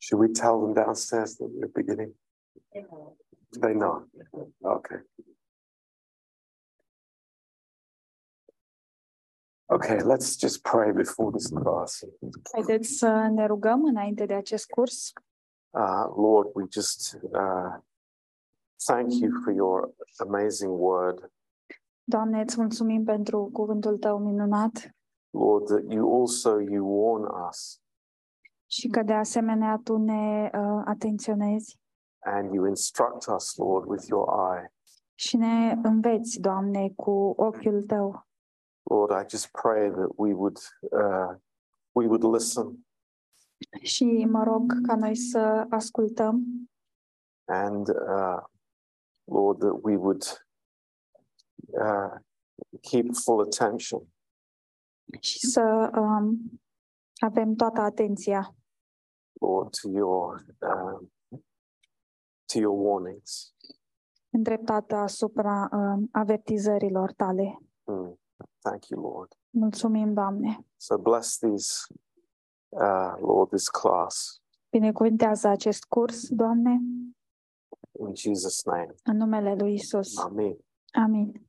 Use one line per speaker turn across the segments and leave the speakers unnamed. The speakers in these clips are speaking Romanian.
Should we tell them downstairs that we're beginning? They know. Okay. Okay, let's just pray before this class.
Haideți să ne rugăm înainte de acest curs.
Uh, Lord, we just uh, thank you for your amazing word.
Doamne, îți mulțumim pentru cuvântul tău minunat
Lord, that you also you warn us
și că de asemenea tu ne uh, atenționezi
and you instruct us, Lord, with your eye.
și ne înveți, Doamne, cu ochiul tău.
Lord, I just pray that we would uh, we would listen
Și mă rog ca noi să ascultăm
and uh, Lord that we would uh, keep full attention
și să um, avem toată atenția
Lord to your um, to your warnings.
îndreptată asupra um, avertizărilor tale.
Mm. Thank you, Lord.
Mulțumim, Doamne!
So bless these, uh, Lord, this class
Binecuvântează acest curs, Doamne,
in Jesus' name.
în numele lui Isus.
Amen.
Amin.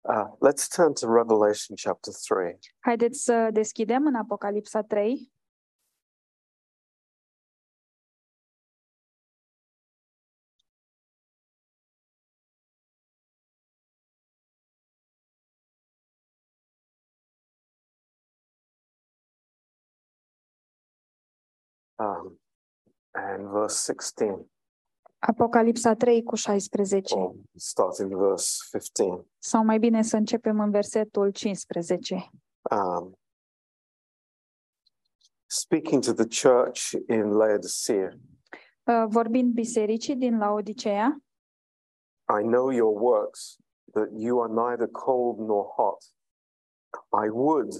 Uh, let's turn to Revelation chapter three.
Haideți să deschidem în Apocalipsa 3.
um, and verse 16,
Apocalipsa 3 cu 16.
or starting verse 15.
Sau mai bine să începem în versetul 15.
Um, speaking to the church in Laodicea,
Uh, Vorbind bisericii din Laodicea,
I know your works, that you are neither cold nor hot. I would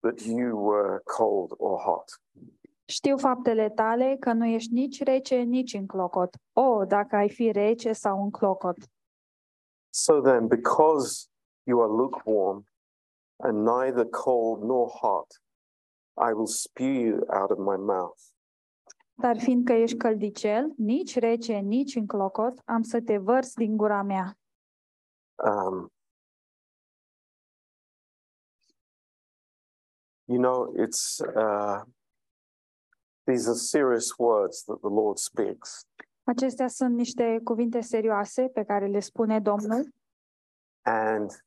that you were cold or hot.
știu faptele tale că nu ești nici rece, nici în clocot. O, oh, dacă ai fi rece sau în clocot.
So then, because you are lukewarm and neither cold nor hot, I will spew you out of my mouth.
Dar fiindcă ești căldicel, nici rece, nici în clocot, am să te vărs din gura mea.
um, you know it's uh, these are serious words that the lord speaks
Acestea sunt niște cuvinte serioase pe care le spune Domnul
and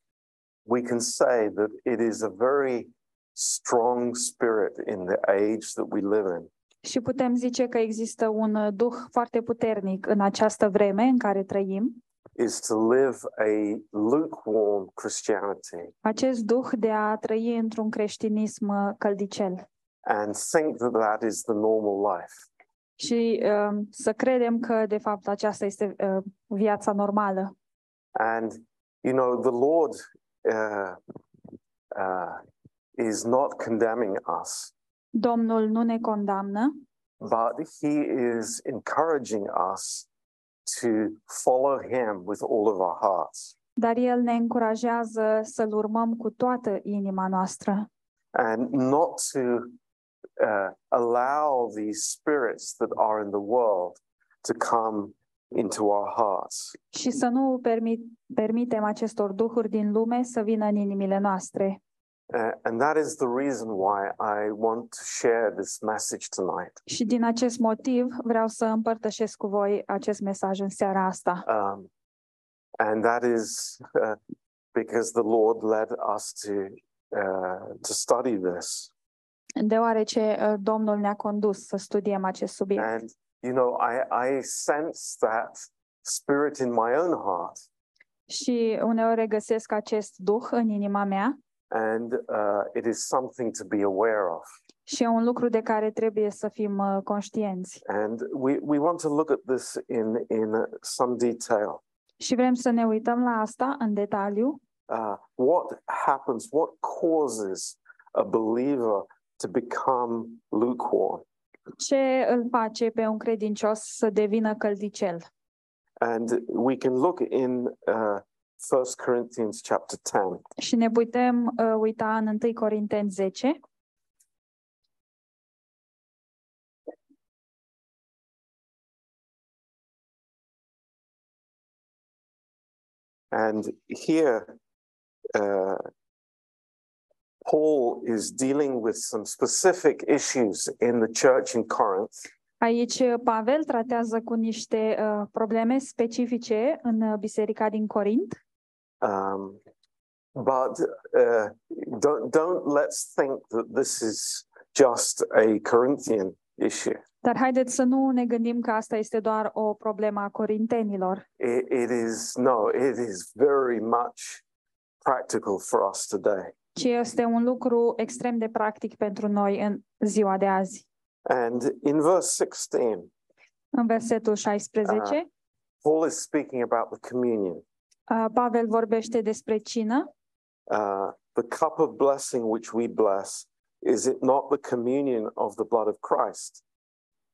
we can say that it is a very strong spirit in the age that we live in
Și putem zice că există un uh, duh foarte puternic în această vreme în care trăim,
is to live a lukewarm christianity
acest duh de a trăi într-un creștinism uh, căldicel
and think that that is the normal life
și uh, să credem că, de fapt, aceasta este uh, viața normală.
and you know the lord uh, uh, is not condemning us
Domnul nu ne condamnă,
but he is encouraging us to follow him with all of our hearts.
dar El ne încurajează să-L urmăm cu toată inima noastră
And not to uh, allow these spirits that are in the world to come into our hearts.
și să nu permit, permitem acestor duhuri din lume să vină în inimile noastre.
Uh, and that is the reason why I want to share this message tonight.
Și din acest motiv vreau să împărtășesc cu voi acest mesaj în seara asta.
Um, and that is uh, because the Lord led us to, uh, to study this.
deoarece uh, Domnul ne-a condus să studiem acest subiect.
And you know, I I sense that spirit in my own heart,
Și uneori regăsesc acest duh în inima mea
and uh, it is something to be aware of.
și e un lucru de care trebuie să fim uh, conștienți.
And we we want to look at this in in some detail.
Și vrem să ne uităm la asta în detaliu,
Uh, what happens? What causes a believer to become lukewarm?
ce îl face pe un credincios să devină căldicel.
And we can look in uh, First Corinthians chapter ten.
Și ne putem uh, uita în 1 Corinteni 10,
And here, uh, Paul is dealing with some specific issues in the church in Corinth.
Aici uh, Pavel tratează cu niște uh, probleme specifice în uh, biserica din Corint,
Um, but uh, don't, don't let's think that this is just a Corinthian issue.
dar haideți să nu ne gândim că asta este doar o problemă a corintenilor.
It, it is, no, it is very much practical for us today.
ci este un lucru extrem de practic pentru noi în ziua de azi.
And in verse 16,
În versetul 16,
Paul is speaking about the communion,
uh, Pavel vorbește despre cină.
uh, the cup of blessing which we bless. Is it not the communion of the blood of Christ?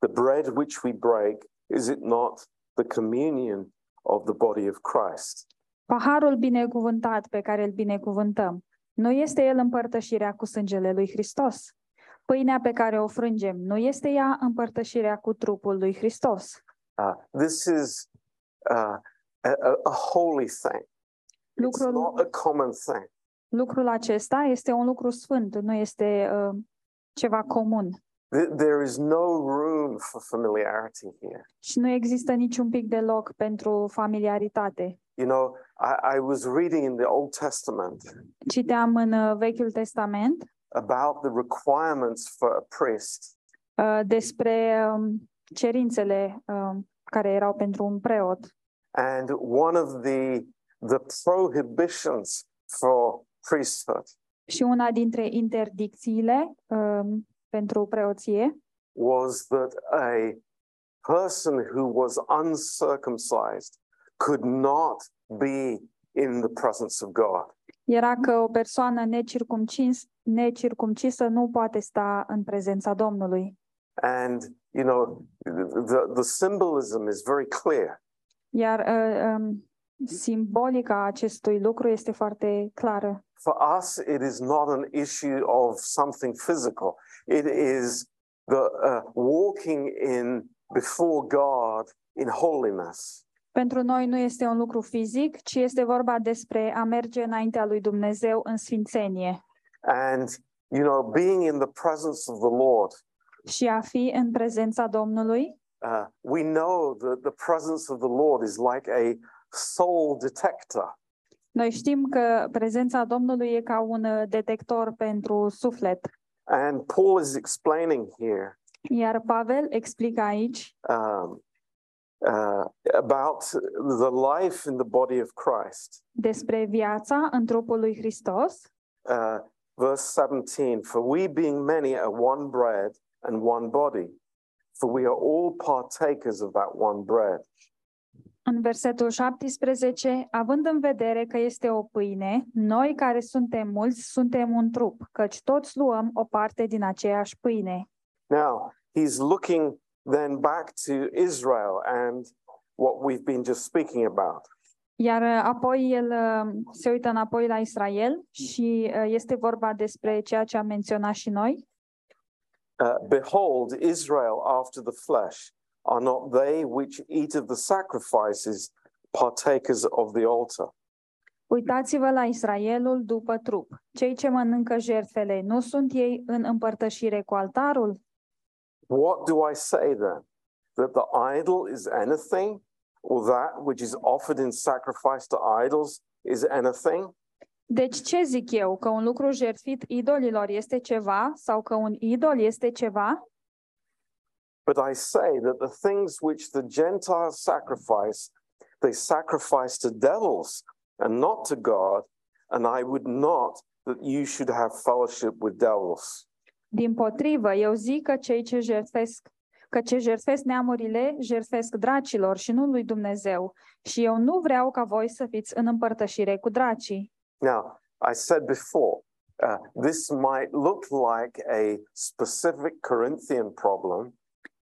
The bread which we break, is it not the communion of the body of Christ?
Paharul binecuvântat pe care îl binecuvântăm, nu este el împărtășirea cu sângele lui Hristos? Pâinea pe care o frângem, nu este ea împărtășirea cu trupul lui Hristos?
Uh, this is uh, a, a- a holy thing. It's
Lucrul,
not a common thing.
lucrul acesta este un lucru sfânt, nu este uh, ceva comun.
Th- There is no room for familiarity here.
Și nu există niciun pic de loc pentru familiaritate.
You know, I, I was reading in the Old Testament
Citeam în uh, Vechiul Testament
about the requirements for a priest,
uh, despre um, cerințele um, care erau pentru un preot.
and one of the the prohibitions for priesthood
Și una dintre interdicțiile um, pentru preoție
was that a person who was uncircumcised could not be in the presence of God.
era că o persoană necircumcis, necircumcisă nu poate sta în prezența Domnului.
And you know, the, the symbolism is very clear.
Iar uh, um, simbolica acestui lucru este foarte clară.
For us, it is not an issue of something physical. It is the uh, walking in before God in holiness.
Pentru noi nu este un lucru fizic, ci este vorba despre a merge înaintea lui Dumnezeu în sfințenie.
And you know, being in the presence of the Lord,
și a fi în prezența Domnului.
uh, we know that the presence of the Lord is like a soul detector.
Noi știm că prezența Domnului e ca un uh, detector pentru suflet.
And Paul is explaining here
Iar Pavel explică aici
um, uh, about the life in the body of Christ.
despre viața în trupul lui Hristos,
Uh, verse 17 For we, being many, are one bread and one body, for we are all partakers of that one bread.
în versetul 17, având în vedere că este o pâine, noi care suntem mulți suntem un trup, căci toți luăm o parte din aceeași pâine.
Now, he's looking then back to Israel and what we've been just speaking about.
Iar uh, apoi el uh, se uită înapoi la Israel și uh, este vorba despre ceea ce am menționat și noi,
Uh, Behold, Israel after the flesh, are not they which eat of the sacrifices partakers of the altar?
Uitați-vă la Israelul după trup. Cei ce mănâncă jertfele nu sunt ei în împărtășire cu altarul?
What do I say then? That the idol is anything, or that which is offered in sacrifice to idols is anything?
Deci ce zic eu? Că un lucru jertfit idolilor este ceva sau că un idol este ceva?
But I say that the things which the Gentiles sacrifice, they sacrifice to devils and not to God, and I would not that you should have fellowship with devils.
Din potrivă, eu zic că cei ce jertfesc că ce jertfesc neamurile, jertfesc dracilor și nu lui Dumnezeu. Și eu nu vreau ca voi să fiți în împărtășire cu dracii.
Now, I said before, uh, this might look like a specific Corinthian problem,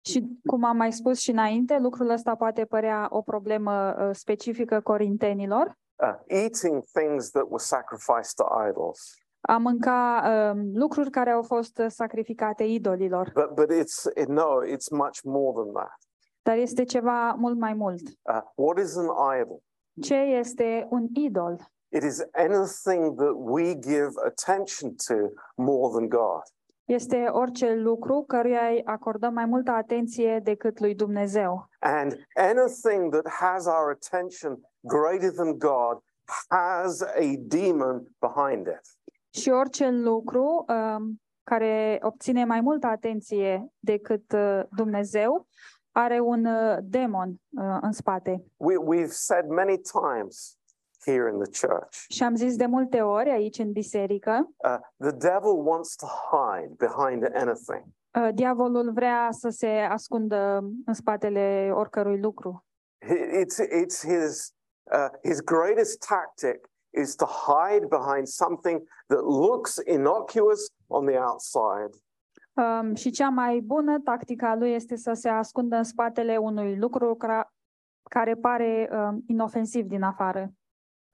Și cum am mai spus și înainte, lucrul ăsta poate părea o problemă uh, specifică corintenilor,
uh, eating things that were sacrificed to idols.
a mânca um, lucruri care au fost uh, sacrificate idolilor,
But but it's it, no, it's much more than that.
dar este ceva mult mai mult.
Uh, what is an idol?
Ce este un idol?
It is anything that we give attention to more than God.
Este orice lucru căruia îi acordăm mai multă atenție decât lui Dumnezeu.
And anything that has our attention greater than God has a demon behind it.
Și orice lucru um, care obține mai multă atenție decât uh, Dumnezeu are un uh, demon uh, în spate.
We, we've said many times here in the church
Și am zis de multe ori aici în biserică,
uh, the devil wants to hide behind anything.
uh, diavolul vrea să se ascundă în spatele oricărui lucru.
He- It's, it's his, uh, his greatest tactic is to hide behind something that looks innocuous on the outside,
Um, și cea mai bună tactica lui este să se ascundă în spatele unui lucru cra- care pare um, inofensiv din afară,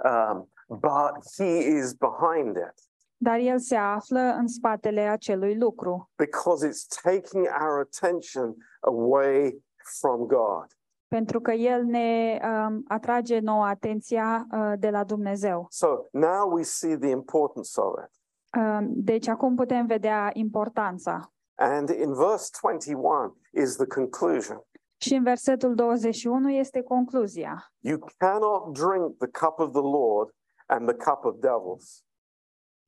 um, but he is behind it
dar el se află în spatele acelui lucru,
because it's taking our attention away from God.
pentru că el ne um, atrage nouă atenția uh, de la Dumnezeu.
So now we see the importance of it.
Um, deci acum putem vedea importanța.
And in verse 21 is the conclusion.
Și în versetul 21 este concluzia.
You cannot drink the cup of the Lord and the cup of devils.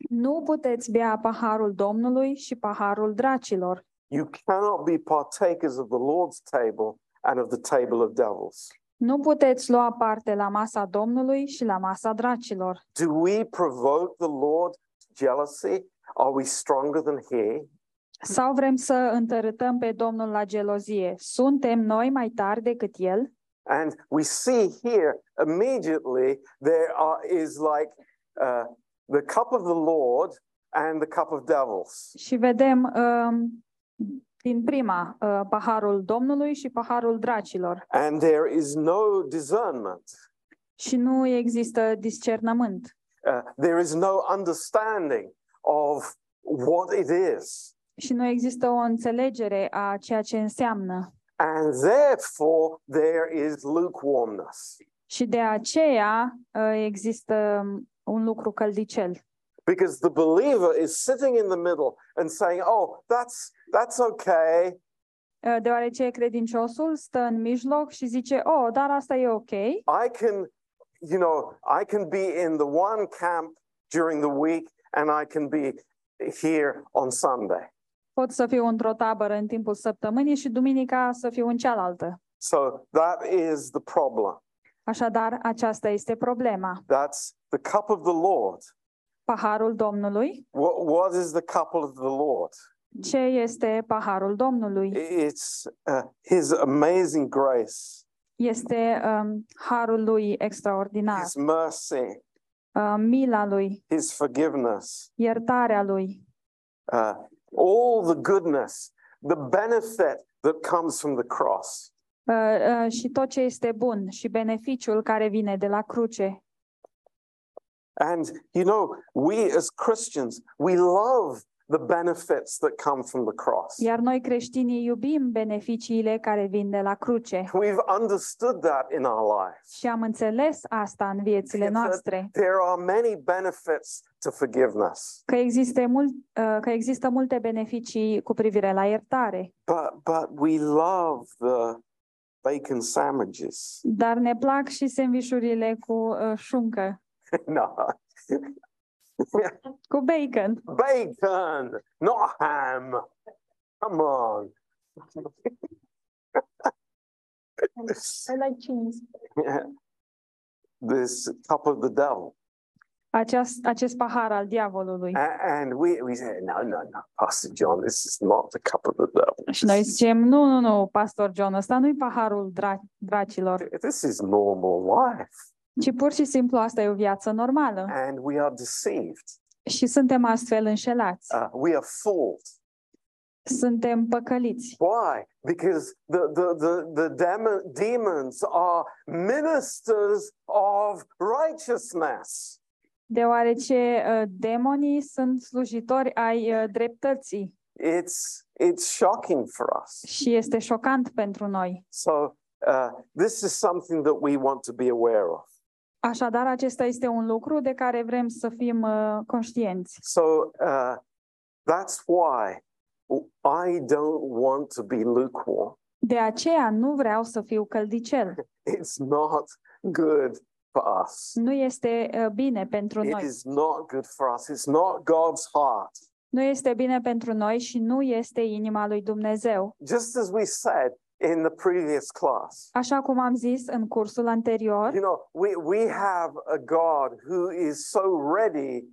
Nu puteți bea paharul Domnului și paharul dracilor.
You cannot be partakers of the Lord's table and of the table of devils.
Nu puteți lua parte la masa Domnului și la masa dracilor.
Do we provoke the Lord to jealousy? Are we stronger than he?
Sau vrem să întărâtăm pe Domnul la gelozie? Suntem noi mai tari decât El?
And we see here immediately there are, is like uh, the cup of the Lord and the cup of devils.
Și vedem um, din prima uh, paharul Domnului și paharul dracilor.
And there is no discernment.
Și nu există discernământ.
Uh, there is no understanding of what it is.
Și nu există o înțelegere a ceea ce înseamnă.
And therefore, there is lukewarmness.
Și de aceea uh, există um, un lucru căldicel.
Because the believer is sitting in the middle and saying, Oh, that's, that's okay.
Uh, Deoarece credinciosul stă în mijloc și zice, oh, dar asta e ok,
I can, you know, I can be in the one camp during the week and I can be here on Sunday.
pot să fiu într-o tabără în timpul săptămânii și duminica să fiu în cealaltă.
So that is the problem.
Așadar, aceasta este problema.
That's the cup of the Lord.
Paharul Domnului?
What, what is the cup of the Lord?
Ce este paharul Domnului?
It's uh, His amazing grace,
Este um, harul lui extraordinar,
His mercy,
uh, mila lui,
His forgiveness,
iertarea lui,
uh, all the goodness, the benefit that comes from the cross.
uh, uh, și tot ce este bun și beneficiul care vine de la cruce.
And you know, we as Christians, we love the benefits that come from the cross.
Iar noi creștinii iubim beneficiile care vin de la cruce.
We've understood that in our lives.
Și am înțeles asta în viețile
Exact.
noastre,
There are many benefits to forgiveness,
că există, mult, uh, că există multe beneficii cu privire la iertare,
but but we love the bacon sandwiches.
dar ne plac și sandvișurile cu uh, șuncă,
no.
cu bacon.
Bacon, not ham. Come on.
like cheese.
this cup of the devil.
Aceast, acest pahar al diavolului.
A- And we, we said, no, no, no, Pastor John, this is not the cup of the devil.
Și noi zicem, nu, nu, nu, pastor John, ăsta nu-i paharul dra- dracilor,
This is normal life.
ci pur și simplu asta e o viață normală.
And we are deceived.
Și suntem astfel înșelați,
Uh, we are fooled.
suntem păcăliți.
Why? Because the, the, the, the demon, demons are ministers of righteousness.
Deoarece uh, demonii sunt slujitori ai uh, dreptății.
It's, it's shocking for us.
și este șocant pentru noi.
So, uh, this is something that we want to be aware of.
Așadar, acesta este un lucru de care vrem să fim uh, conștienți.
So uh, that's why I don't want to be lukewarm.
De aceea nu vreau să fiu căldicel.
It's not good for us.
Nu este uh, bine pentru
It
noi.
is not good for us. It's not God's heart.
Nu este bine pentru noi și nu este inima lui Dumnezeu.
Just as we said in the previous class,
Așa cum am zis în cursul anterior,
you know, we, we have a God who is so ready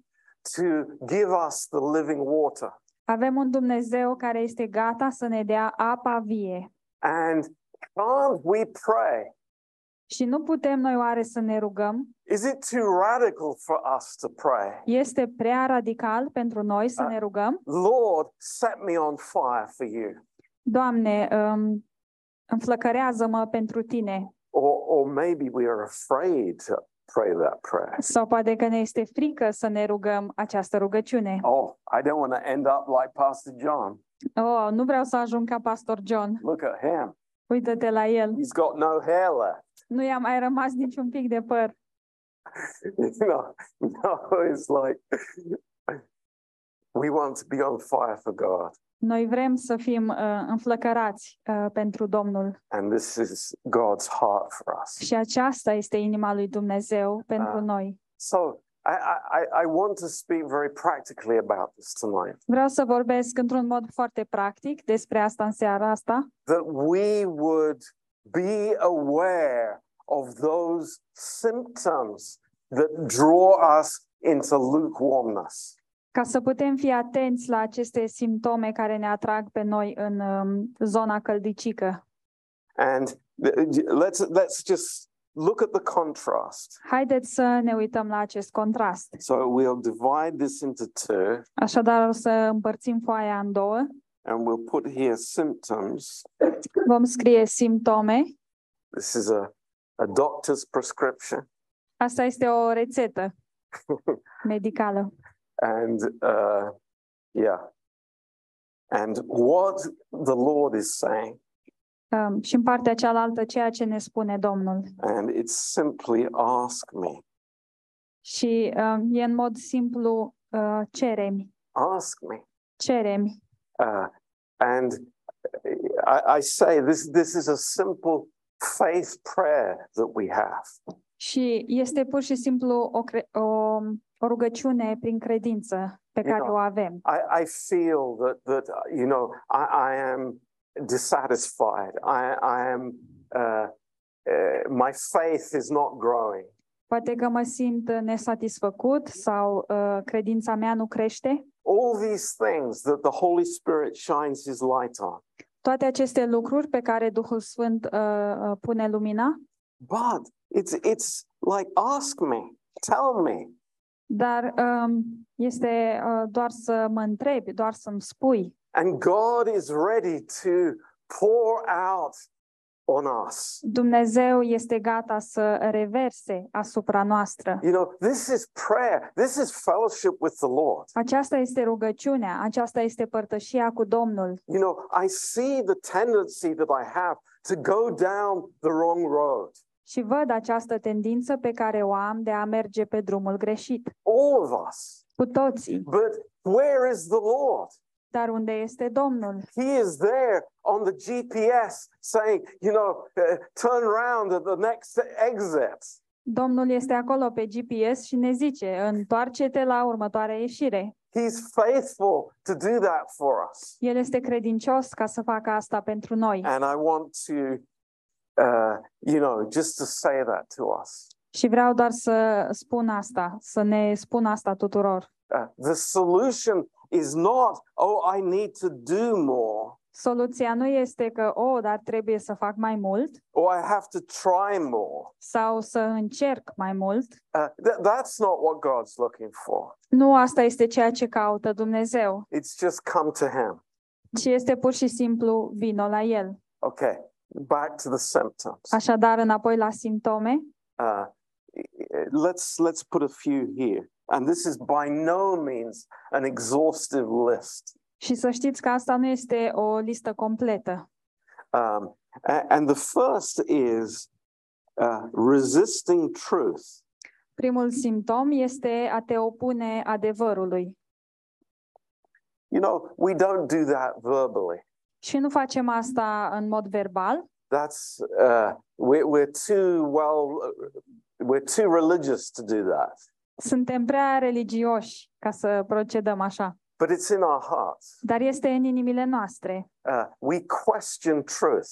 to give us the living water.
avem un Dumnezeu care este gata să ne dea apa vie.
And can't we pray?
Și nu putem noi oare să ne rugăm?
Is it too radical for us to pray?
Este prea radical pentru noi să
A-
ne rugăm?
Lord, set me on fire for you.
Doamne, um, înflăcărează-mă pentru tine.
Or, or maybe we are afraid to pray that prayer.
Sau poate că ne este frică să ne rugăm această rugăciune.
Oh, I don't want to end up like Pastor John.
Oh, nu vreau să ajung ca pastor John.
Look at him.
Uită-te la el.
He's got no hair left.
Nu i-a mai rămas niciun pic de păr.
You know, no, it's like we want to be on fire for God.
Noi vrem să fim uh, înflăcărați uh, pentru Domnul.
And this is God's heart for us.
Și aceasta este inima lui Dumnezeu pentru
Ah.
noi.
So I, I, I- I want to speak very practically about this tonight.
Vreau să vorbesc într-un mod foarte practic despre asta în seara asta,
that we would be aware of those symptoms that draw us into lukewarmness.
ca să putem fi atenți la aceste simptome care ne atrag pe noi în um, zona căldicică.
And th- let's let's just look at the contrast.
Haideți să ne uităm la acest contrast.
So we'll divide this into two,
Așadar, o să împărțim foaia în două.
and we'll put here symptoms.
Vom scrie simptome.
This is a a doctor's prescription,
Asta este o rețetă medicală.
and uh, yeah, and what the Lord is saying.
Um, și în partea cealaltă ceea ce ne spune Domnul.
And it's simply ask me.
Și um, e în mod simplu uh, ceremi,
Ask me.
ceremi.
Uh, and I, I say this, this is a simple faith prayer that we have.
Și este pur și simplu o, cre- o, o rugăciune prin credință pe care
Minunat.
o avem.
I, I feel that, that uh, you know, I, I am dissatisfied. I, I am, uh, uh, my faith is not growing.
Poate că mă simt uh, nesatisfăcut sau uh, credința mea nu crește.
All these things that the Holy Spirit shines his light on.
Toate aceste lucruri pe care Duhul Sfânt uh, uh, pune lumina,
But it's, it's like, ask me, tell me.
dar um, este uh, doar să mă întrebi, doar să-mi spui.
And God is ready to pour out on us.
Dumnezeu este gata să reverse asupra noastră.
You know, this is prayer. This is fellowship with the Lord.
Aceasta este rugăciunea, aceasta este părtășia cu Domnul.
You know, I see the tendency that I have to go down the wrong road.
Și văd această tendință pe care o am de a merge pe drumul greșit.
All of us.
Cu toții.
But where is the Lord?
Dar unde este Domnul?
He is there on the GPS saying, you know, uh, turn round at the next exit.
Domnul este acolo pe GPS și ne zice, întoarce-te la următoarea ieșire.
He's faithful to do that for us.
El este credincios ca să facă asta pentru noi.
And I want to, uh, you know, just to say that to us.
Și vreau doar să spun asta, să ne spun asta tuturor.
Uh, the solution is not, oh, I need to do more,
Soluția nu este că, o, oh, dar trebuie să fac mai mult
or I have to try more.
sau să încerc mai mult.
Uh, th- that's not what God's looking for.
Nu asta este ceea ce caută Dumnezeu,
It's just come to Him.
ci este pur și simplu vino la El.
Okay, back to the symptoms.
Așadar, înapoi la simptome,
Uh, let's let's put a few here, and this is by no means an exhaustive list.
și să știți că asta nu este o listă completă.
Um, a- and the first is uh, resisting truth.
Primul simptom este a te opune adevărului.
You know, we don't do that verbally.
Și nu facem asta în mod verbal.
That's uh, we're, we're too well, we're too religious to do that.
Suntem prea religioși ca să procedăm așa,
But it's in our hearts.
dar este în inimile noastre.
Uh, we question truth,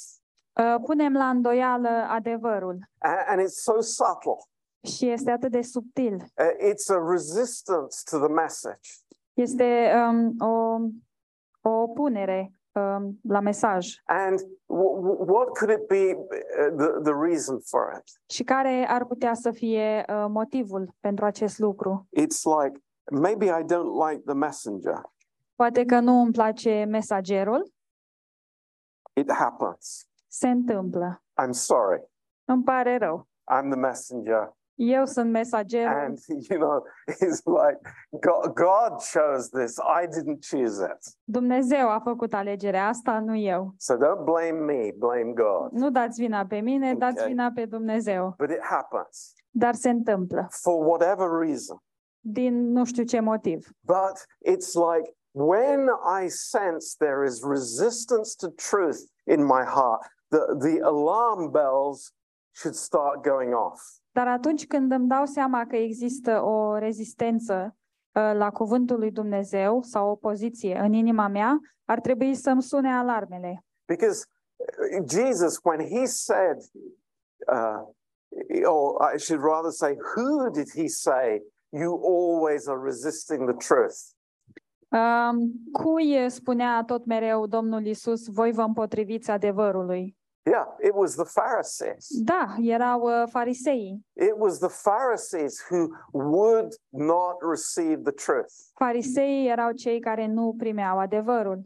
Uh, Punem la îndoială adevărul
A- and it's so subtle.
și este atât de subtil.
Uh, it's a resistance to the message.
Este um, o, o opunere um, la mesaj.
And w- w- what could it be uh, the, the reason for it?
Și care ar putea să fie uh, motivul pentru acest lucru?
It's like maybe I don't like the messenger.
Poate că nu îmi place mesagerul,
It happens.
se întâmplă.
I'm sorry.
Îmi pare rău.
I'm the messenger.
Eu sunt mesagerul
And, you know, it's like God, God chose this. I didn't choose it.
Dumnezeu a făcut alegerea asta, nu eu.
So don't blame me, blame God.
Nu dați vina pe mine, dați
Ok.
vina pe Dumnezeu.
But it happens
Dar se întâmplă,
for whatever reason.
din nu știu ce motiv.
But it's like when I sense there is resistance to truth in my heart, the, the alarm bells should start going off.
Dar atunci când îmi dau seama că există o rezistență uh, la cuvântul lui Dumnezeu sau o poziție în inima mea, ar trebui să-mi sune alarmele.
Because uh, Jesus, when he said, uh, or I should rather say, who did he say, you always are resisting the truth?
Um, Cui spunea tot mereu Domnul Isus, voi vă împotriviți adevărului?
Yeah, it was the Pharisees.
Da, erau uh, fariseii.
It was the Pharisees who would not receive the truth.
Fariseii erau cei care nu primeau adevărul.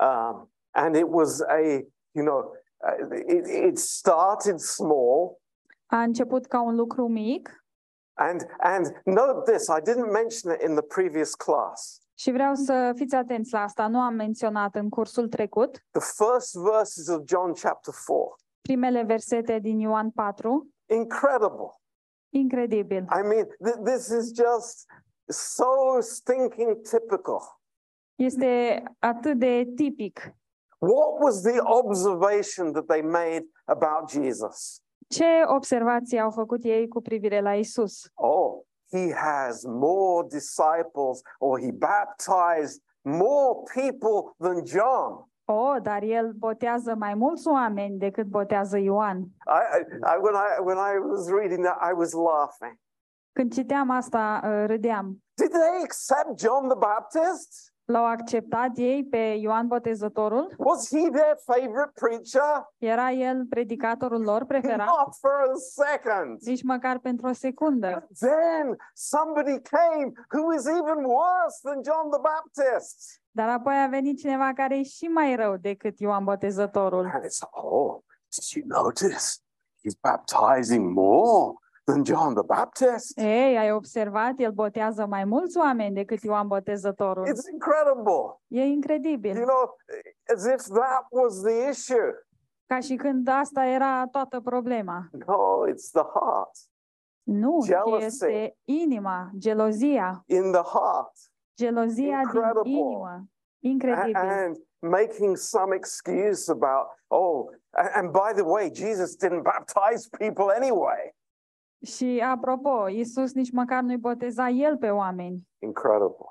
Um, and it was a, you know, uh, it, it started small.
A început ca un lucru mic
And, and note this, I didn't mention it in the previous class.
și vreau să fiți atenți la asta, nu am menționat în cursul trecut
The first verses of John chapter 4.
primele versete din Ioan 4,
Incredible.
incredibil.
I mean, th- this is just so stinking typical.
Este atât de tipic.
What was the observation that they made about Jesus?
Ce observații au făcut ei cu privire la Isus?
Oh, he has more disciples, or he baptized more people than John.
O, dar el botează mai mulți oameni decât botează Ioan.
I, I, I- when I when I was reading that, I was laughing.
Când citeam asta, uh, râdeam.
Did they accept John the Baptist?
L-au acceptat ei pe Ioan Botezătorul?
Was he their favorite preacher?
Era el predicatorul lor preferat?
Not for a second.
Nici măcar pentru o secundă.
Then somebody came who is even worse than John the Baptist.
Dar apoi a venit cineva care e și mai rău decât Ioan Botezătorul.
And it's oh, did you notice? He's baptizing more than John the Baptist.
Ei, ai observat, el botează mai mulți oameni decât Ioan Botezătorul.
It's incredible.
E incredibil.
You know, as if that was the issue.
Ca și când asta era toată problema.
No, it's the heart.
Nu, ci
Jealousy.
este inima, gelozia,
In the heart.
gelozia
Incredible.
din inimă.
A-
Incredibil.
and making some excuse about oh a- and by the way jesus didn't baptize people anyway
Și apropo, Isus nici măcar nu-i boteza el pe oameni.
incredible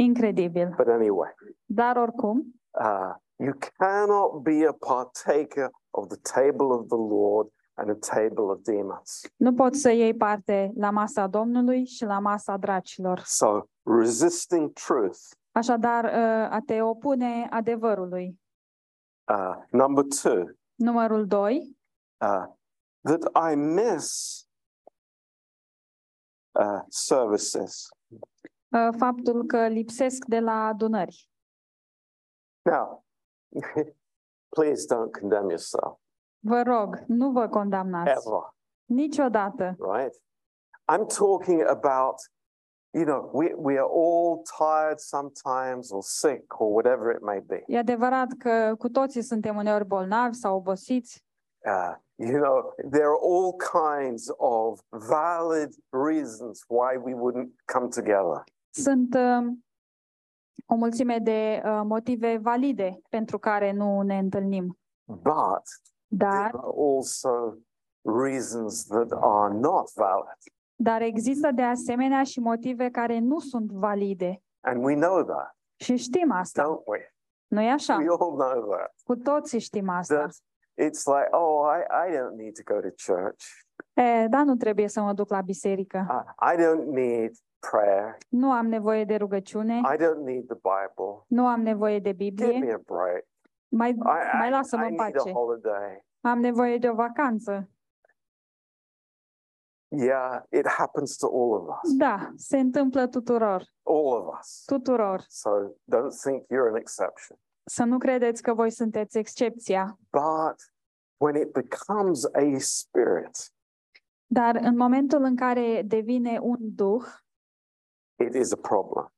Incredibil.
but anyway
Dar oricum,
uh, you cannot be a partaker of the table of the lord and the table of demons
nu poți să iei parte la masa Domnului și la masa dracilor.
so resisting truth
Așadar, uh, a te opune adevărului.
uh, number two
Numărul 2,
uh, that i miss uh, services
ă, faptul că lipsesc de la adunări.
now please don't condemn yourself
Vă rog, nu vă condamnați.
ever
Niciodată.
right? I'm talking about, you know, we, we are all tired sometimes or sick or whatever it may be.
E adevărat că cu toții suntem uneori bolnavi sau obosiți,
Uh, You know, there are all kinds of valid reasons why we wouldn't come together.
Sunt uh, o mulțime de uh, motive valide pentru care nu ne întâlnim,
But
dar,
there are also reasons that are not valid.
dar există de asemenea și motive care nu sunt valide.
And we know that,
Și știm asta,
don't we?
nu-i așa?
We all know that.
Cu toții știm asta.
That it's like, oh, I, I don't need to go to church.
E, da, nu trebuie să mă duc la biserică.
I, I don't need prayer.
Nu am nevoie de rugăciune,
I don't need the Bible.
nu am nevoie de
Give
Biblie,
me a break.
mai,
I, I,
mai lasă-mă
I
în
need
pace.
a holiday.
Am nevoie de o vacanță.
Yeah, it happens to all of us.
Da, se întâmplă tuturor,
All of us.
tuturor.
So don't think you're an exception.
Să nu credeți că voi sunteți excepția.
But when it becomes a spirit,
Dar în momentul în care devine un duh,
it is a problem.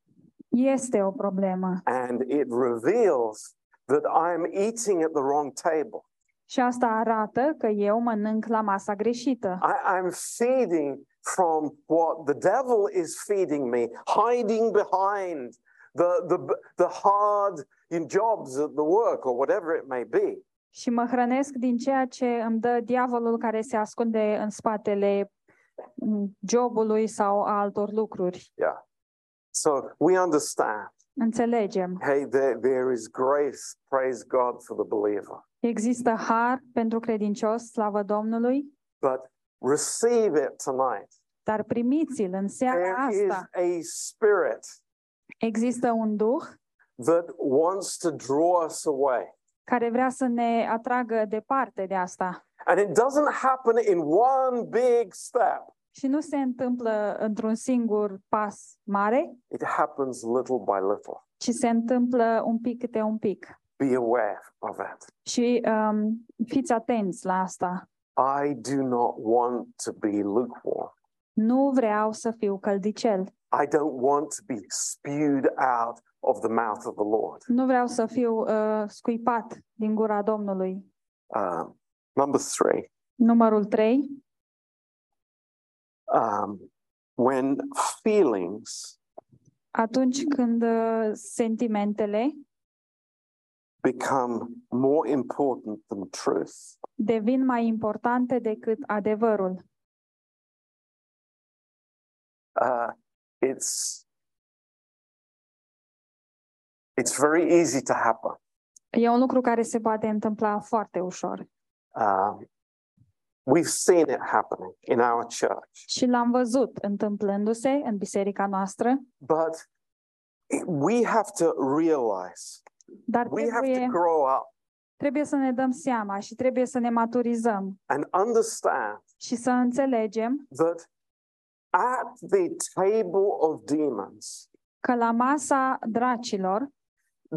este o problemă.
And it reveals that I'm eating at the wrong table.
Și asta arată că eu mănânc la masa greșită.
I, I'm feeding from what the devil is feeding me, hiding behind the, the, the hard jobs at the work or whatever it may be.
Și mă hrănesc din ceea ce îmi dă diavolul care se ascunde în spatele m, jobului sau a altor lucruri.
So we understand,
Înțelegem.
hey, there, there is grace, praise God for the believer,
Există har pentru credincios, slavă Domnului,
but receive it tonight.
dar primiți-l în seara
There is
asta.
a spirit
Există un duh
that wants to draw us away.
care vrea să ne atragă departe de asta.
And it doesn't happen in one big step.
Și nu se întâmplă într-un singur pas mare,
It happens little by little.
ci se întâmplă un pic câte un pic.
Be aware of it.
Și um, fiți atenți la asta.
I do not want to be lukewarm.
Nu vreau să fiu căldicel.
I don't want to be spewed out of the mouth of the Lord.
Nu vreau să fiu uh, scuipat din gura Domnului.
Um, number three,
Numărul 3.
um, when feelings
Atunci când uh, sentimentele
become more important than truth,
devin mai importante decât adevărul.
uh, it's it's very easy to happen.
E un lucru care se poate întâmpla foarte ușor.
Um, we've seen it happening in our church,
Și l-am văzut întâmplându-se în biserica noastră,
but it- we have to realize
dar
we have to
trebuie,
grow up
trebuie să ne dăm seama și trebuie să ne maturizăm
and understand
și să înțelegem
that at the table of demons,
că la masa dracilor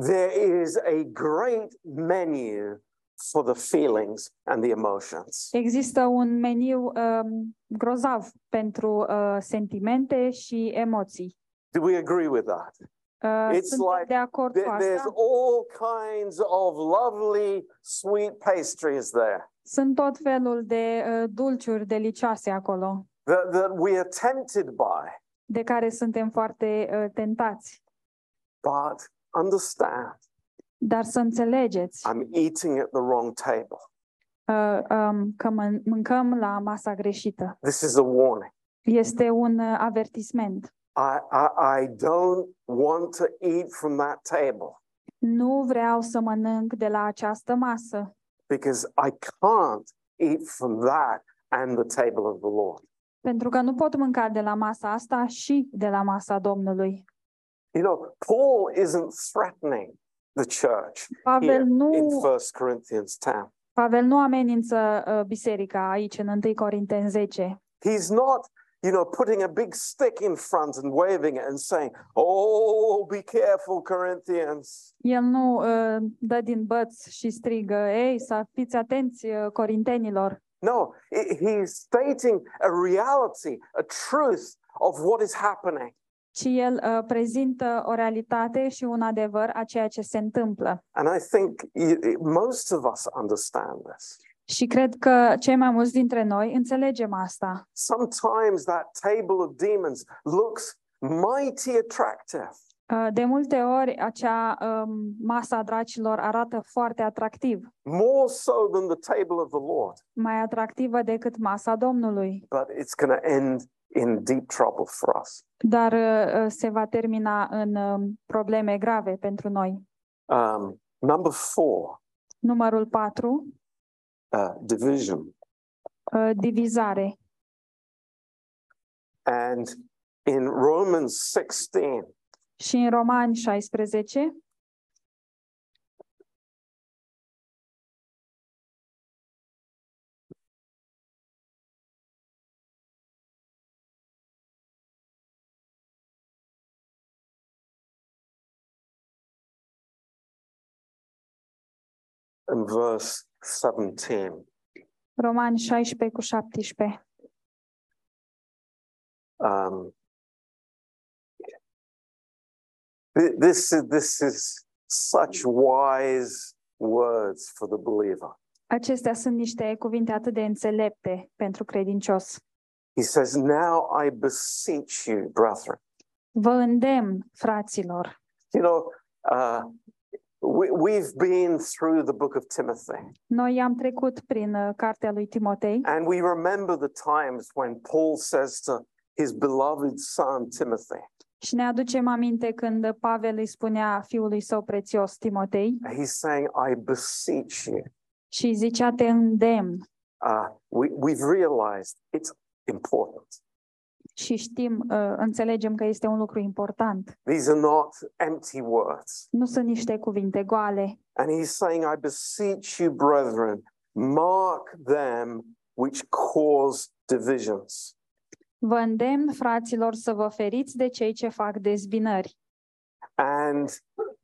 there is a great menu for the feelings and the emotions.
există un meniu um, grozav pentru uh, sentimente și emoții.
Do we agree with that?
Uh,
It's
suntem
like
de acord cu
There- There's
asta.
all kinds of lovely sweet pastries there
Sunt tot felul de uh, dulciuri delicioase acolo,
that, that we are tempted by,
de care suntem foarte uh, tentați.
but understand
Dar să înțelegeți
I'm eating at the wrong table.
uh, um, că mân- mâncăm la masa greșită.
This is a warning.
Este un uh, avertisment.
I, I, I don't want to eat from that table
Nu vreau să mănânc de la această masă,
because I can't eat from that and the table of the Lord.
pentru că nu pot mânca de la masa asta și de la masa Domnului.
You know, Paul isn't threatening the church
Pavel
here in
nu,
1 Corinthians 10.
Pavel nu amenință uh, biserica aici în 1 Corinteni 10.
He's not, you know, putting a big stick in front and waving it and saying, Oh, be careful, Corinthians.
El nu uh, dă din băț și strigă, ei, să fiți atenți uh, corintenilor.
No, i- he's stating a reality, a truth of what is happening.
ci el uh, prezintă o realitate și un adevăr a ceea ce se întâmplă.
And I think i- i- most of us understand this.
Și cred că cei mai mulți dintre noi înțelegem asta.
Sometimes that table of demons looks mighty attractive.
Uh, De multe ori, acea um, masă a dracilor arată foarte atractiv,
more so than the table of the Lord,
mai atractivă decât masa Domnului,
but it's going to end in deep trouble for us.
dar uh, uh, se va termina în um, probleme grave pentru noi.
Um, number four,
Numărul 4,
uh, division.
uh, divizare.
And in Romans 16,
Și în Romani 16,
and verse 17,
Romani 16 cu 17.
um, th- this, is, this is such wise words for the believer.
Acestea sunt niște cuvinte atât de înțelepte pentru credincios.
He says, Now I beseech you, brethren.
Vă îndemn, fraților.
You know, uh, we, we've been through the book of Timothy.
Noi am trecut prin uh, cartea lui Timotei
And we remember the times when Paul says to his beloved son Timothy,
și ne aducem aminte când Pavel îi spunea fiului său prețios Timotei
he's saying, I beseech you.
și îi zicea te îndemn
Uh, we, we've realized it's important.
și știm, uh, înțelegem că este un lucru important.
These are not empty words.
Nu sunt niște cuvinte goale.
And he's saying, I beseech you, brethren, mark them which cause divisions.
Vă îndemn, fraților, să vă feriți de cei ce fac dezbinări
and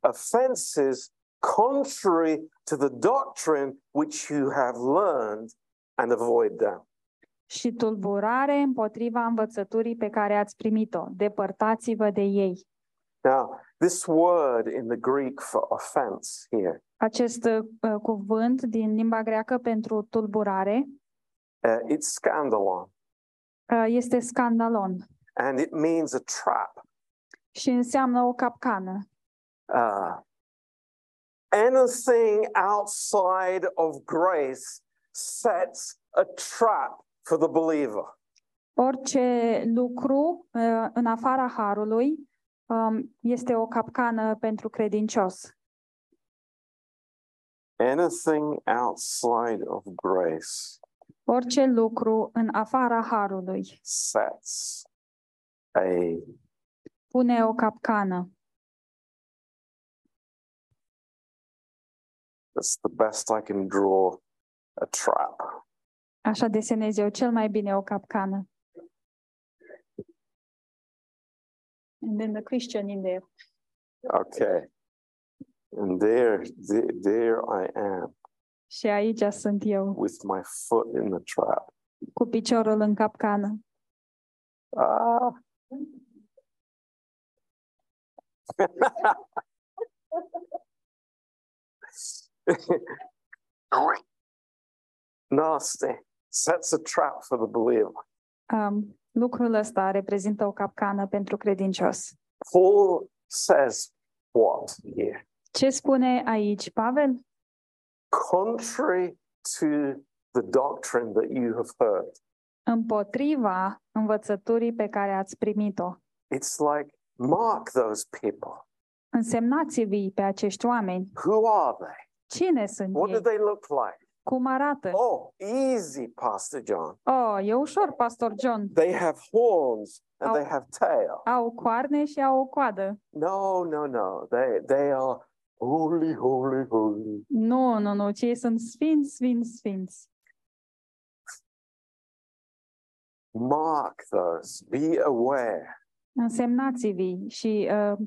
offenses contrary to the doctrine which you have learned and avoid them.
și tulburare împotriva învățăturii pe care ați primit-o. Depărtați-vă de ei.
Now, this word in the Greek for offense here
Acest uh, cuvânt din limba greacă pentru tulburare
uh, it's scandalon
uh, este scandalon
and it means a trap.
și înseamnă o capcană.
Uh, anything outside of grace sets a trap for the believer.
Orice lucru uh, în afara harului um, este o capcană pentru credincios.
Anything outside of grace
Orice lucru în afara harului
sets a
pune o capcană.
That's the best I can draw a trap.
Așa desenez eu cel mai bine o capcană. And then the Christian in there.
Okay. And there, there, there I am
Și aici sunt eu,
with my foot in the trap.
cu piciorul în capcană.
Ah. Nasty. Sets a trap for the believer.
Um, lucrul ăsta reprezintă o capcană pentru credincios.
Paul says what here?
Ce spune aici Pavel?
Contrary to the doctrine that you have heard.
Împotriva învățăturii pe care ați primit-o.
It's like, mark those people.
Însemnați-vi pe acești oameni.
Who are they?
Cine sunt
What do
ei?
they look like?
Cum arată?
Oh, easy, Pastor John.
Oh, e ușor, Pastor John.
They have horns and
Oh.
they have tail.
Au coarne și au o coadă.
No, no, no. They they are holy, holy, holy.
Nu, nu, nu, cei sunt sfinți, sfinți, sfinți.
Mark those. Be aware
Însemnați-vi și uh,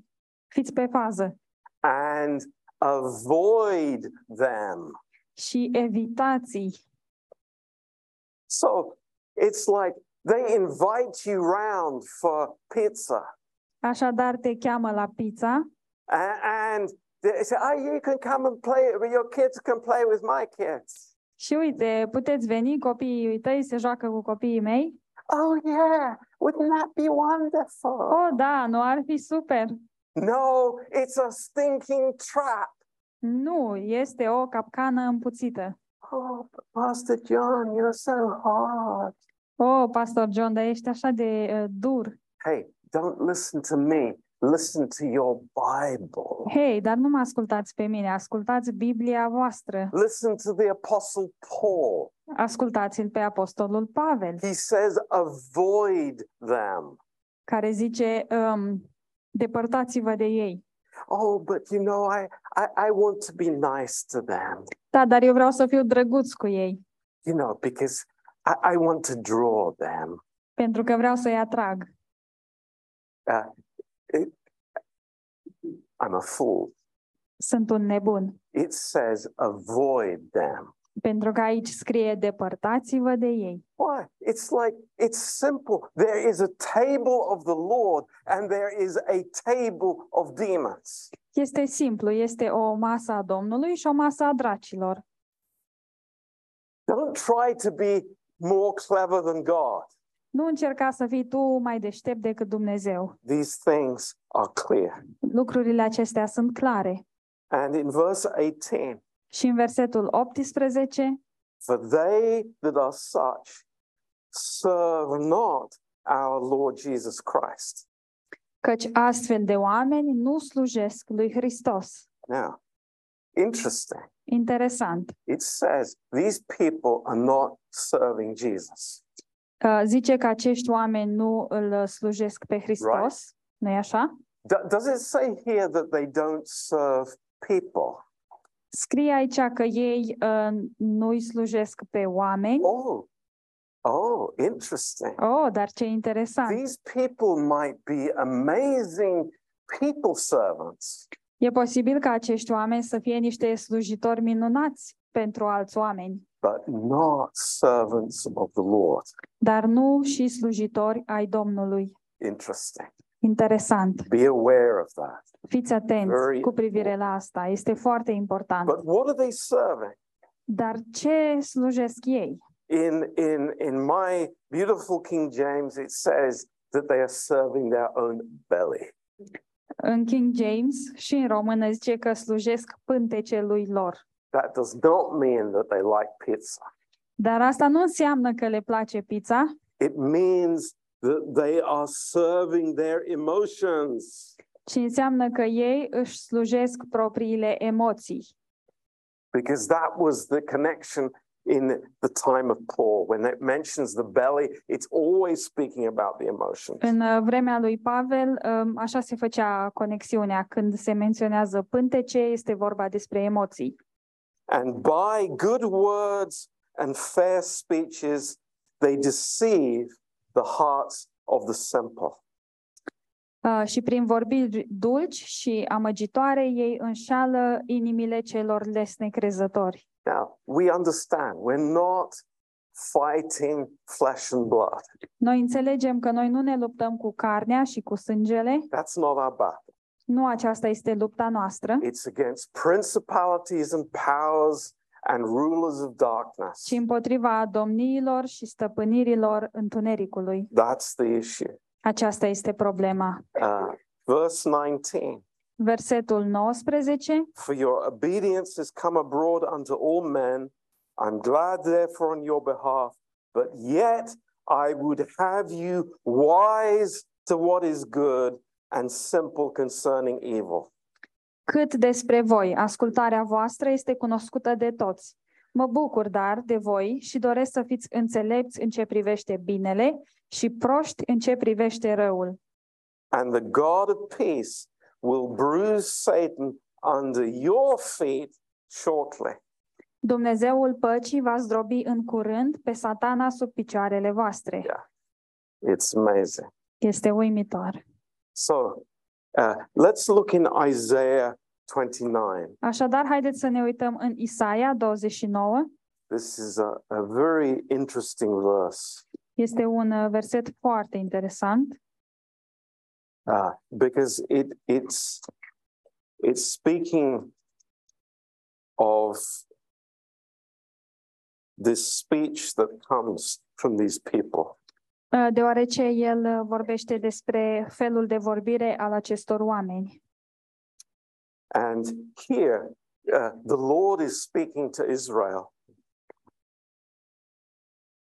fiți pe fază
and avoid them.
și evitați.
So it's like they invite you round for pizza
Așadar te cheamă la pizza
and, and they say, "Oh, you can come and play. Your kids can play with my kids."
Și uite, puteți veni, copiii tăi se joacă cu copiii mei.
Oh, yeah, wouldn't that be wonderful?
Oh, da, nu ar fi super.
No, it's a stinking trap.
Nu, este o capcană împuțită.
Oh, but Pastor John, you're so hard.
Oh, Pastor John, dar ești așa de uh, dur.
Hey, don't listen to me. Listen to your Bible.
Hei, dar nu mă ascultați pe mine, ascultați Biblia voastră.
Listen to the Apostle Paul.
Ascultați-l pe Apostolul Pavel,
He says, avoid them.
care zice, um, depărtați-vă de ei.
Oh, but you know, I, I, I want to be nice to them,
Da, dar eu vreau să fiu drăguț cu ei,
you know, because I, I want to draw them.
pentru că vreau să-i atrag.
I'm a fool.
Sunt un nebun.
It says, avoid them.
Pentru că aici scrie, depărtați-vă de ei.
Why? It's like, it's simple. There is a table of the Lord and there is a table of demons.
Este simplu, este o masă a Domnului și o masă a dracilor.
Don't try to be more clever than God.
Nu încerca să fii tu mai deștept decât Dumnezeu.
These things are clear.
Lucrurile acestea sunt clare.
And in verse 18,
Și în versetul 18,
For they that are such serve not our Lord Jesus Christ.
căci astfel de oameni nu slujesc lui Hristos.
Now, interesting.
Interesant.
It says these people are not serving Jesus.
Uh, Zice că acești oameni nu îl uh, slujesc pe Hristos, nu-i așa?
Do- does it say here that they don't serve people?
Scrie aici că ei uh, nu-i slujesc pe oameni.
Oh, oh, interesting.
Oh, dar ce interesant!
These people might be amazing people servants.
E posibil ca acești oameni să fie niște slujitori minunați pentru alți oameni,
But not servants of the Lord.
dar nu și slujitori ai Domnului.
Interesting.
Interesant.
Be aware of that.
Fiți atenți
Very
cu privire la asta. Este foarte important.
But what are they serving?
Dar ce slujesc ei?
in in in my beautiful King James, it says that they are serving their own belly.
În King James și în română zice că slujesc pântecelui lor.
That does not mean that they like pizza.
Dar asta nu înseamnă că le place pizza,
It means that they are serving their emotions
ci înseamnă că ei își slujesc propriile emoții.
because that was the connection in the time of Paul. When it mentions the belly, it's always speaking about the emotions.
În uh, vremea lui Pavel, um, așa se făcea conexiunea. Când se menționează pântece, este vorba despre emoții.
And by good words and fair speeches, they deceive the hearts of the simple.
Uh, Și prin vorbiri dulci și amăgitoare, ei înșală inimile celor lesnecrezători.
Now, we understand we're not fighting flesh and blood.
Noi înțelegem că noi nu ne luptăm cu carnea și cu sângele,
That's not our battle.
nu aceasta este lupta noastră,
It's against principalities and powers and rulers of darkness.
ci împotriva domniilor și stăpânirilor întunericului.
That's the issue.
Aceasta este problema.
Uh, verse 19
Versetul 19
For your obedience has come abroad unto all men. I'm glad, therefore, on your behalf, but yet I would have you wise to what is good and simple concerning evil.
Cât despre voi, ascultarea voastră este cunoscută de toți. Mă bucur, dar, de voi și doresc să fiți înțelepți în ce privește binele și proști în ce privește răul.
and the God of peace will bruise Satan under your feet shortly.
Dumnezeul păcii va zdrobi în curând pe satana sub picioarele voastre.
It's amazing.
Este uimitor.
So uh, let's look in Isaiah 29.
Așadar, haideți să ne uităm în Isaia 29.
This is a, a very interesting verse
Este un uh, verset foarte interesant,
uh, because it, it's, it's speaking of this speech that comes from these people.
uh, deoarece el uh, vorbește despre felul de vorbire al acestor oameni.
And here, uh, the Lord is speaking to Israel.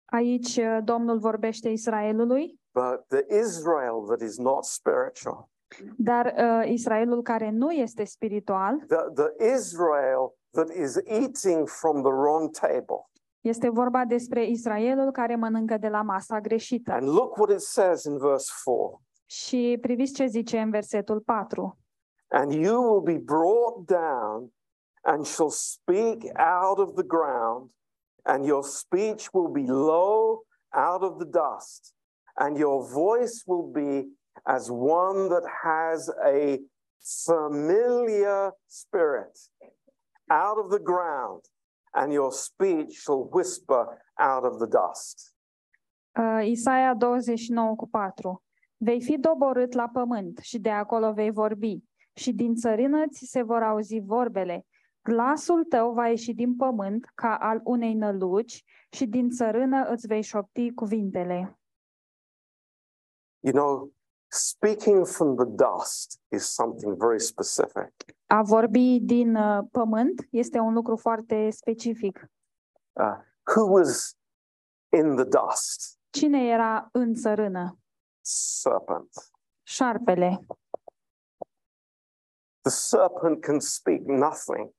Aici uh, Domnul vorbește Israelului,
But the Israel that is not spiritual,
dar uh, Israelul care nu este spiritual
the, the Israel that is eating from the wrong table.
este vorba despre Israelul care mănâncă de la masa greșită.
And look what it says in verse 4
Și priviți ce zice în versetul 4.
And you will be brought down and shall speak out of the ground, and your speech will be low out of the dust, and your voice will be as one that has a familiar spirit out of the ground, and your speech shall whisper out of the dust.
Uh, Isaia 29 cu 4. Vei fi doborât la pământ și de acolo vei vorbi și din țărină ți se vor auzi vorbele. Glasul tău va ieși din pământ ca al unei năluci și din țărână îți vei șopti cuvintele.
You know, speaking from the dust is something very specific.
A vorbi din uh, pământ este un lucru foarte specific.
uh, who was in the dust?
Cine era în țărână?
Serpent.
Șarpele.
The serpent can speak nothing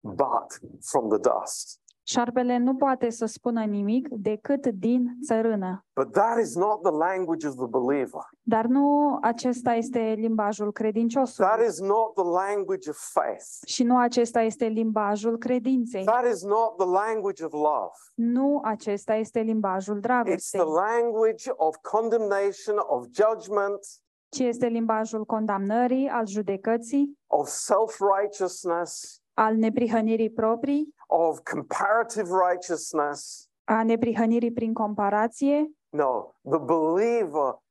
but from the dust.
Șarpele nu poate să spună nimic decât din țărână.
But that is not the language of the believer.
Dar nu acesta este limbajul credinciosului.
That is not the language of faith.
Și nu acesta este limbajul credinței.
That is not the language of love.
Nu acesta este limbajul
It's
dragostei,
the language of condemnation, of judgment,
ci este limbajul condamnării, al judecății,
of self righteousness,
al neprihănirii proprii,
of comparative righteousness.
a neprihănirii prin comparație.
No, the believer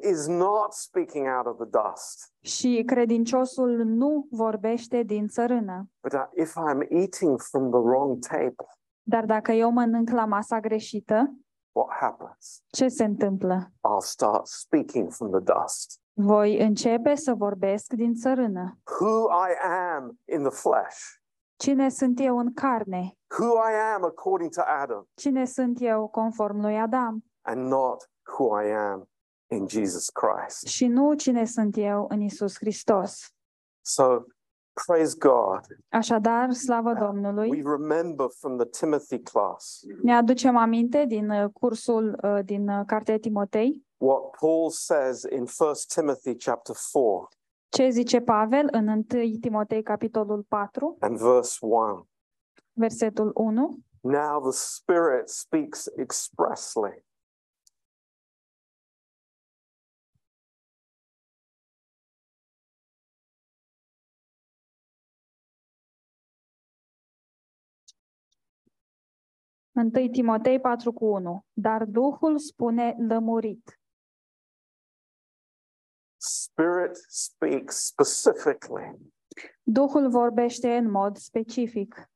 is not speaking out of the dust.
Și credinciosul nu vorbește din țărână.
But uh, if I'm eating from the wrong table,
Dar dacă eu mănânc la masa greșită,
what happens?
ce se întâmplă?
I'll start speaking from the dust.
Voi începe să vorbesc din țărână.
Who I am in the flesh,
Cine sunt eu în carne?
who I am according to Adam,
Cine sunt eu conform lui Adam?
and not who I am in Jesus Christ.
Și nu cine sunt eu în Isus Hristos.
So praise God.
Așadar, slavă
We
Domnului,
remember from the Timothy class
ne aducem aminte din uh, cursul uh, din uh, Cartea Timotei
what Paul says in 1 Timothy chapter 4
ce zice Pavel în 1 Timotei capitolul 4,
and verse 1.
versetul 1.
Now the Spirit speaks expressly.
Întâi Timotei 4 cu 1. Dar Duhul spune lămurit.
Spirit speaks specifically.
Duhul vorbește în mod specific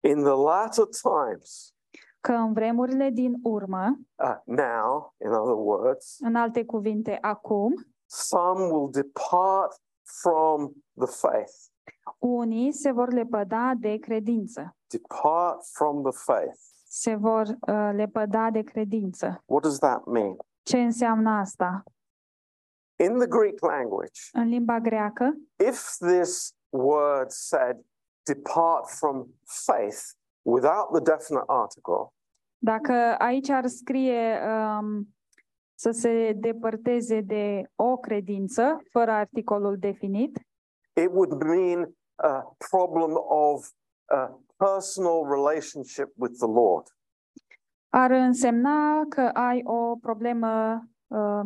In the latter times,
că în vremurile din urmă,
uh, now, in other words,
în alte cuvinte acum,
some will depart from the faith,
unii se vor lepăda de credință.
depart from the faith.
Se vor uh, lepăda de credință.
What does that mean?
Ce înseamnă asta?
In the Greek language,
În limba greacă,
if this word said depart from faith without the definite article,
Dacă aici ar scrie um, să se depărteze de o credință, fără articolul definit,
it would mean a problem of uh personal relationship with the Lord.
ar însemna că ai o problemă uh,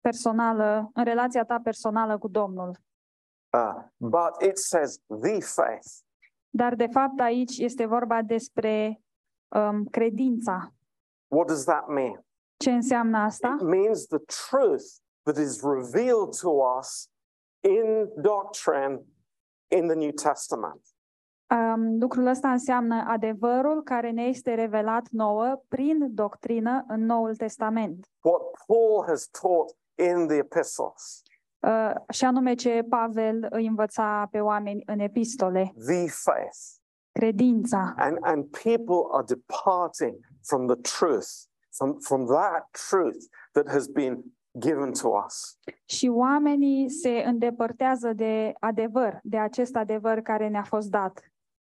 personală, în relația ta personală cu Domnul.
Uh, but it says the faith.
Dar, de fapt, aici este vorba despre um, credința.
What does that mean?
Ce înseamnă asta?
It means the truth that is revealed to us in doctrine in the New Testament.
Um, lucrul ăsta înseamnă adevărul care ne este revelat nouă prin doctrină în Noul Testament,
what Paul has taught in the epistles,
uh, și anume ce Pavel îi învăța pe oameni în epistole,
the faith.
credința.
And, and people are departing from the truth, from, from that truth that has been given to us.
Și oamenii se îndepărtează de adevăr, de acest adevăr care ne-a fost dat,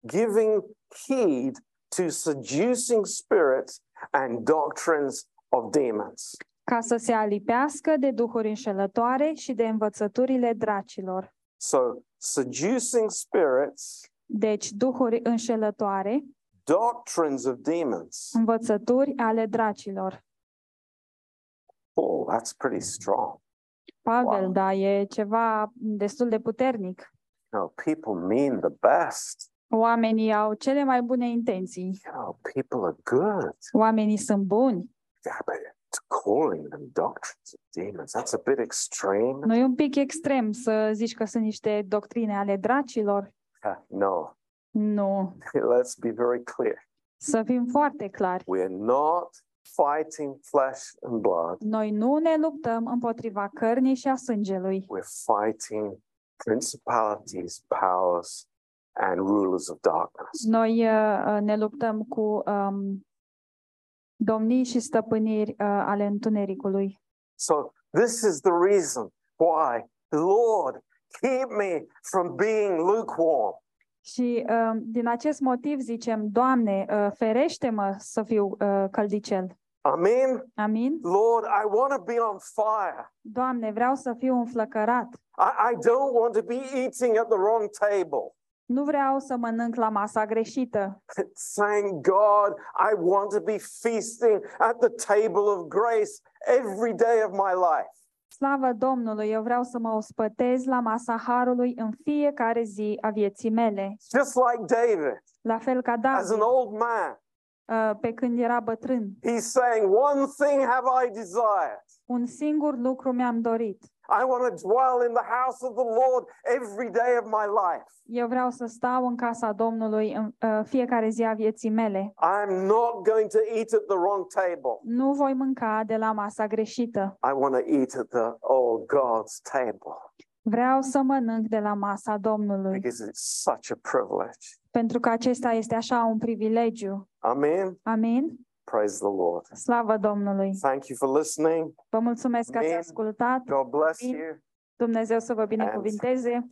giving heed to seducing spirits and doctrines of demons.
ca să se alipească de duhuri înșelătoare și de învățăturile dracilor.
So, seducing spirits,
Deci, duhuri înșelătoare,
doctrines of demons.
învățături ale dracilor.
Oh, that's pretty strong.
Pavel,
Wow.
da, e ceva destul de puternic.
You know, people mean the best.
Oamenii au cele mai bune intenții.
You know, people are good.
Oamenii sunt buni.
Yeah, but calling them doctrines of demons, that's a bit extreme.
Nu e un pic extrem să zici că sunt niște doctrine ale dracilor?
Uh, no,
Nu.
let's be very clear.
Să fim foarte clari.
We're not fighting flesh and blood.
Noi nu ne luptăm împotriva cărnii și a sângelui.
we're fighting principalities, powers, and rulers of darkness.
Noi uh, ne luptăm cu um, domnii și stăpâniri uh, ale întunericului.
So, this is the reason why, Lord, keep me from being lukewarm.
Și uh, din acest motiv zicem, Doamne, uh, ferește-mă să fiu uh, căldicel.
Amen.
Amin?
Lord, I want to be on fire.
Doamne, vreau să fiu înflăcărat.
I, I don't want to be eating at the wrong table.
Nu vreau să mănânc la masa greșită.
Thank God, I want to be feasting at the table of grace every day of my life.
Slavă Domnului, eu vreau să mă ospătez la masa Harului în fiecare zi a vieții mele.
Just like David,
La fel ca
as
David,
an old man,
uh, pe când era bătrân.
He's saying, One thing have I desired.
Un singur lucru mi-am dorit.
I want to dwell in the house of the Lord every day of my life.
Eu vreau să stau în casa Domnului în uh, fiecare zi a vieții mele.
I'm not going to eat at the wrong table.
Nu voi mânca de la masa greșită.
I want to eat at the oh God's table
Vreau să mănânc de la masa Domnului,
because it's such a privilege.
pentru că acesta este așa un privilegiu.
Amen.
Amin?
Praise the Lord.
Slavă Domnului!
Thank you for listening.
Vă mulțumesc că ați
Amin.
ascultat.
God bless
Amen.
you.
Dumnezeu să vă binecuvinteze.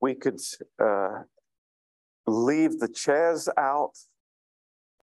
We could uh, leave the chairs out.